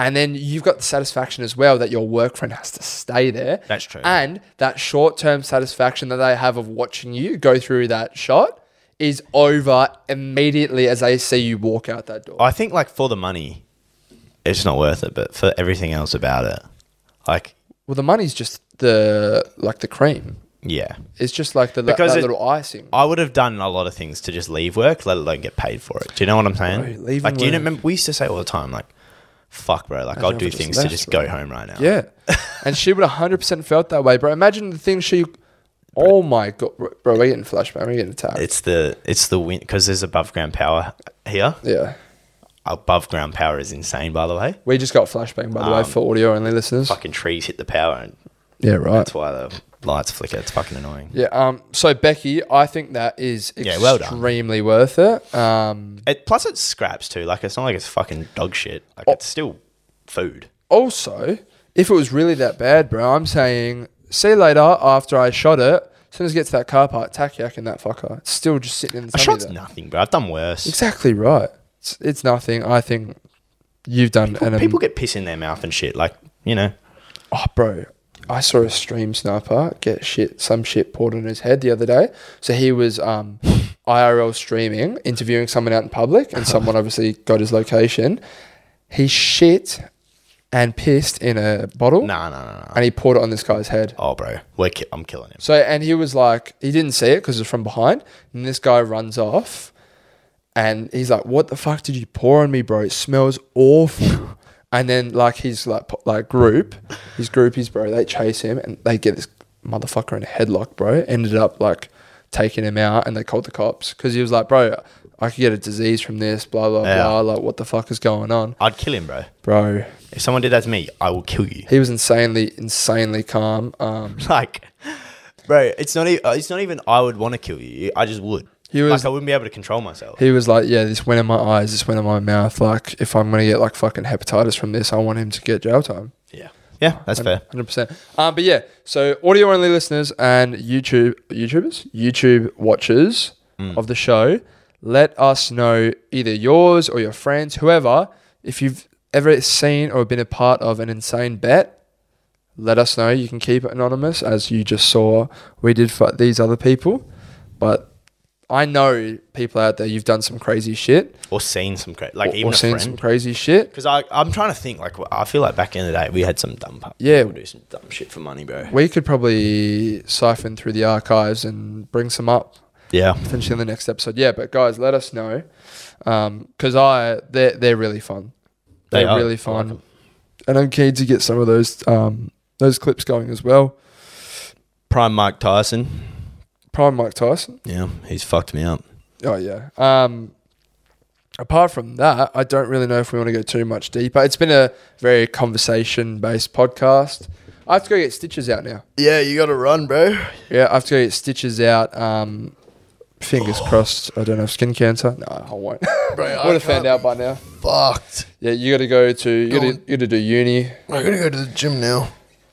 And then you've got the satisfaction as well that your work friend has to stay there.
That's true.
And that short term satisfaction that they have of watching you go through that shot is over immediately as they see you walk out that door.
I think like for the money, it's not worth it. But for everything else about it, like
well, the money's just the like the cream.
Yeah.
It's just like the, that,
Because
that
it-
little icing.
I would have done a lot of things to just leave work, let alone get paid for it. Do you know what I'm saying?
Bro, leaving
like, do you
work.
remember? We used to say all the time, like, fuck, bro, like,
Imagine
I'll
if I
do
just
things
left,
to just
bro.
go home right now.
Yeah. and she would 100% felt that way, bro. Imagine the thing she. Oh my God. Bro, we're getting flushed, man. We're getting attacked.
It's the, it's the wind, because there's above ground power here.
yeah.
Above ground power is insane, by the way.
We just got flashbang, by the way,
Um,
for audio only listeners.
Fucking trees hit the power, and
Yeah, right.
that's why the lights flicker. It's fucking annoying.
Yeah. Um. So Becky, I think that is
Yeah, well done.
extremely worth it. Um.
It, plus, it's scraps too. Like, it's not like it's fucking dog shit. Like, it's still food.
Also, if it was really that bad, bro, I'm saying see you later after I shot it. As soon as it gets to that car park, tack yak in that fucker. It's still just sitting in the
A
sunny
shot's
there.
nothing, bro. I've done worse.
Exactly right. It's, it's nothing. I think you've done an am-
People get piss in their mouth and shit. Like, you know.
Oh, bro, I saw a stream sniper get shit, some shit poured on his head the other day. So he was um, IRL streaming, interviewing someone out in public, and someone obviously got his location. He shit and pissed in a bottle,
Nah, nah, nah, nah.
and he poured it on this guy's head.
Oh, bro, we're ki- I'm killing him.
So, and he was like, he didn't see it because it was from behind. And this guy runs off and he's like, what the fuck did you pour on me, bro? It smells awful. *laughs* and then, like, his like, po- like group, his groupies, bro, they chase him and they get this motherfucker in a headlock, bro. Ended up like taking him out and they called the cops because he was like, bro, I could get a disease from this, blah, blah,
Yeah.
blah. Like, what the fuck is going on,
I'd kill him, bro.
bro?
If someone did that to me, I will kill you. *laughs*
He was insanely, insanely calm. Um,
Like, bro, it's not. Even, it's not even. I would want to kill you. I just would.
He was-
like, I wouldn't be able to control myself.
He was like, "Yeah, this went in my eyes, this went in my mouth. Like, if I'm gonna get like fucking hepatitis from this, I want him to get jail time."
yeah, yeah, that's fair.
Hundred percent. Um, but yeah, so audio only listeners and YouTube YouTubers, YouTube watchers
Mm.
of the show, let us know either yours or your friends, whoever, if you've ever seen or been a part of an insane bet. Let us know. You can keep it anonymous, as you just saw we did for these other people. But I know people out there, you've done some crazy shit
Or seen some cra- like
or,
even
or
a
seen
friend.
some crazy shit.
Because I, I'm trying to think. Like, I feel like back in the day, we had some dumb. Pu-
Yeah.
people do some dumb shit for money, bro.
We could probably siphon through the archives and bring some up
Yeah,
potentially in the next episode. Yeah, but guys, let us know because I they're they're really fun.
They
They're
are. I
really
like
fun,
them.
and I'm keen to get some of those um, those clips going as well.
prime Mike Tyson.
Prime Mike Tyson.
Yeah, he's fucked me up.
Oh yeah. Um, apart from that, I don't really know if we want to go too much deeper. It's been a very conversation based podcast. I have to go get stitches out now.
Yeah, you got to run, bro.
Yeah, I have to go get stitches out. Um, fingers crossed. I don't have skin cancer. No, I won't. Oh. *laughs* I would have found out by now.
Fucked.
Yeah, you got to go to you got to you got to do uni.
I'm gonna go to the gym now.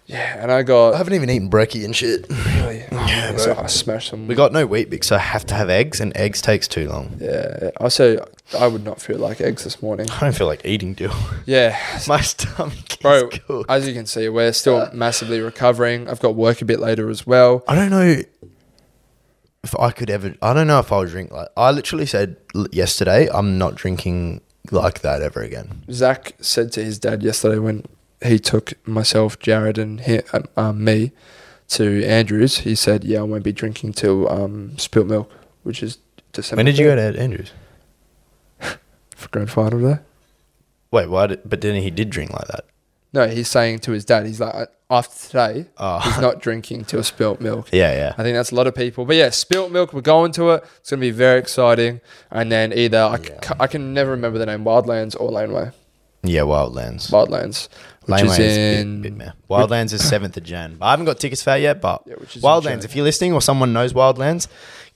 Yeah, and I got
haven't even eaten brekkie and shit. *laughs*
really, yeah, so I smashed some.
We got no wheat bix, so I have to have eggs, and eggs takes too long.
yeah, I say I would not feel like eggs this morning.
I don't feel like eating, do.
Yeah,
*laughs* My stomach
bro.
is cooked.
As you can see, we're still massively recovering. I've got work a bit later as well.
I don't know if I could ever. I don't know if I'll drink like. I literally said l- yesterday, I'm not drinking like that ever again.
Zach said to his dad yesterday when he took myself, Jared, and he, um, um, me to Andrews. He said, "Yeah, I won't be drinking till um, spilt milk, which is December."
When did you go to Andrews?
for grand final day?
Wait, why? Did, but then he did drink like that.
No, he's saying to his dad, he's like, "Uh, after today,
Oh.
he's not drinking till spilt milk.
*laughs* Yeah, yeah.
I think that's a lot of people. But yeah, spilt milk, we're going to it. It's going to be very exciting. And then either, I, c-
Yeah.
I can never remember the name, Wildlands or Laneway.
Yeah, Wildlands.
Wildlands, which
Laneway
is in.
bit, bit meh. Wildlands
*coughs*
is seventh of Jan. I haven't got tickets for that yet, but
Yeah, which is in Jan.
Wildlands. If you're listening or someone knows Wildlands,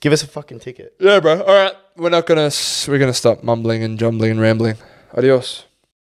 give us a fucking ticket.
yeah, bro. All right. We're not going to, we're going to stop mumbling and jumbling and rambling. Adios.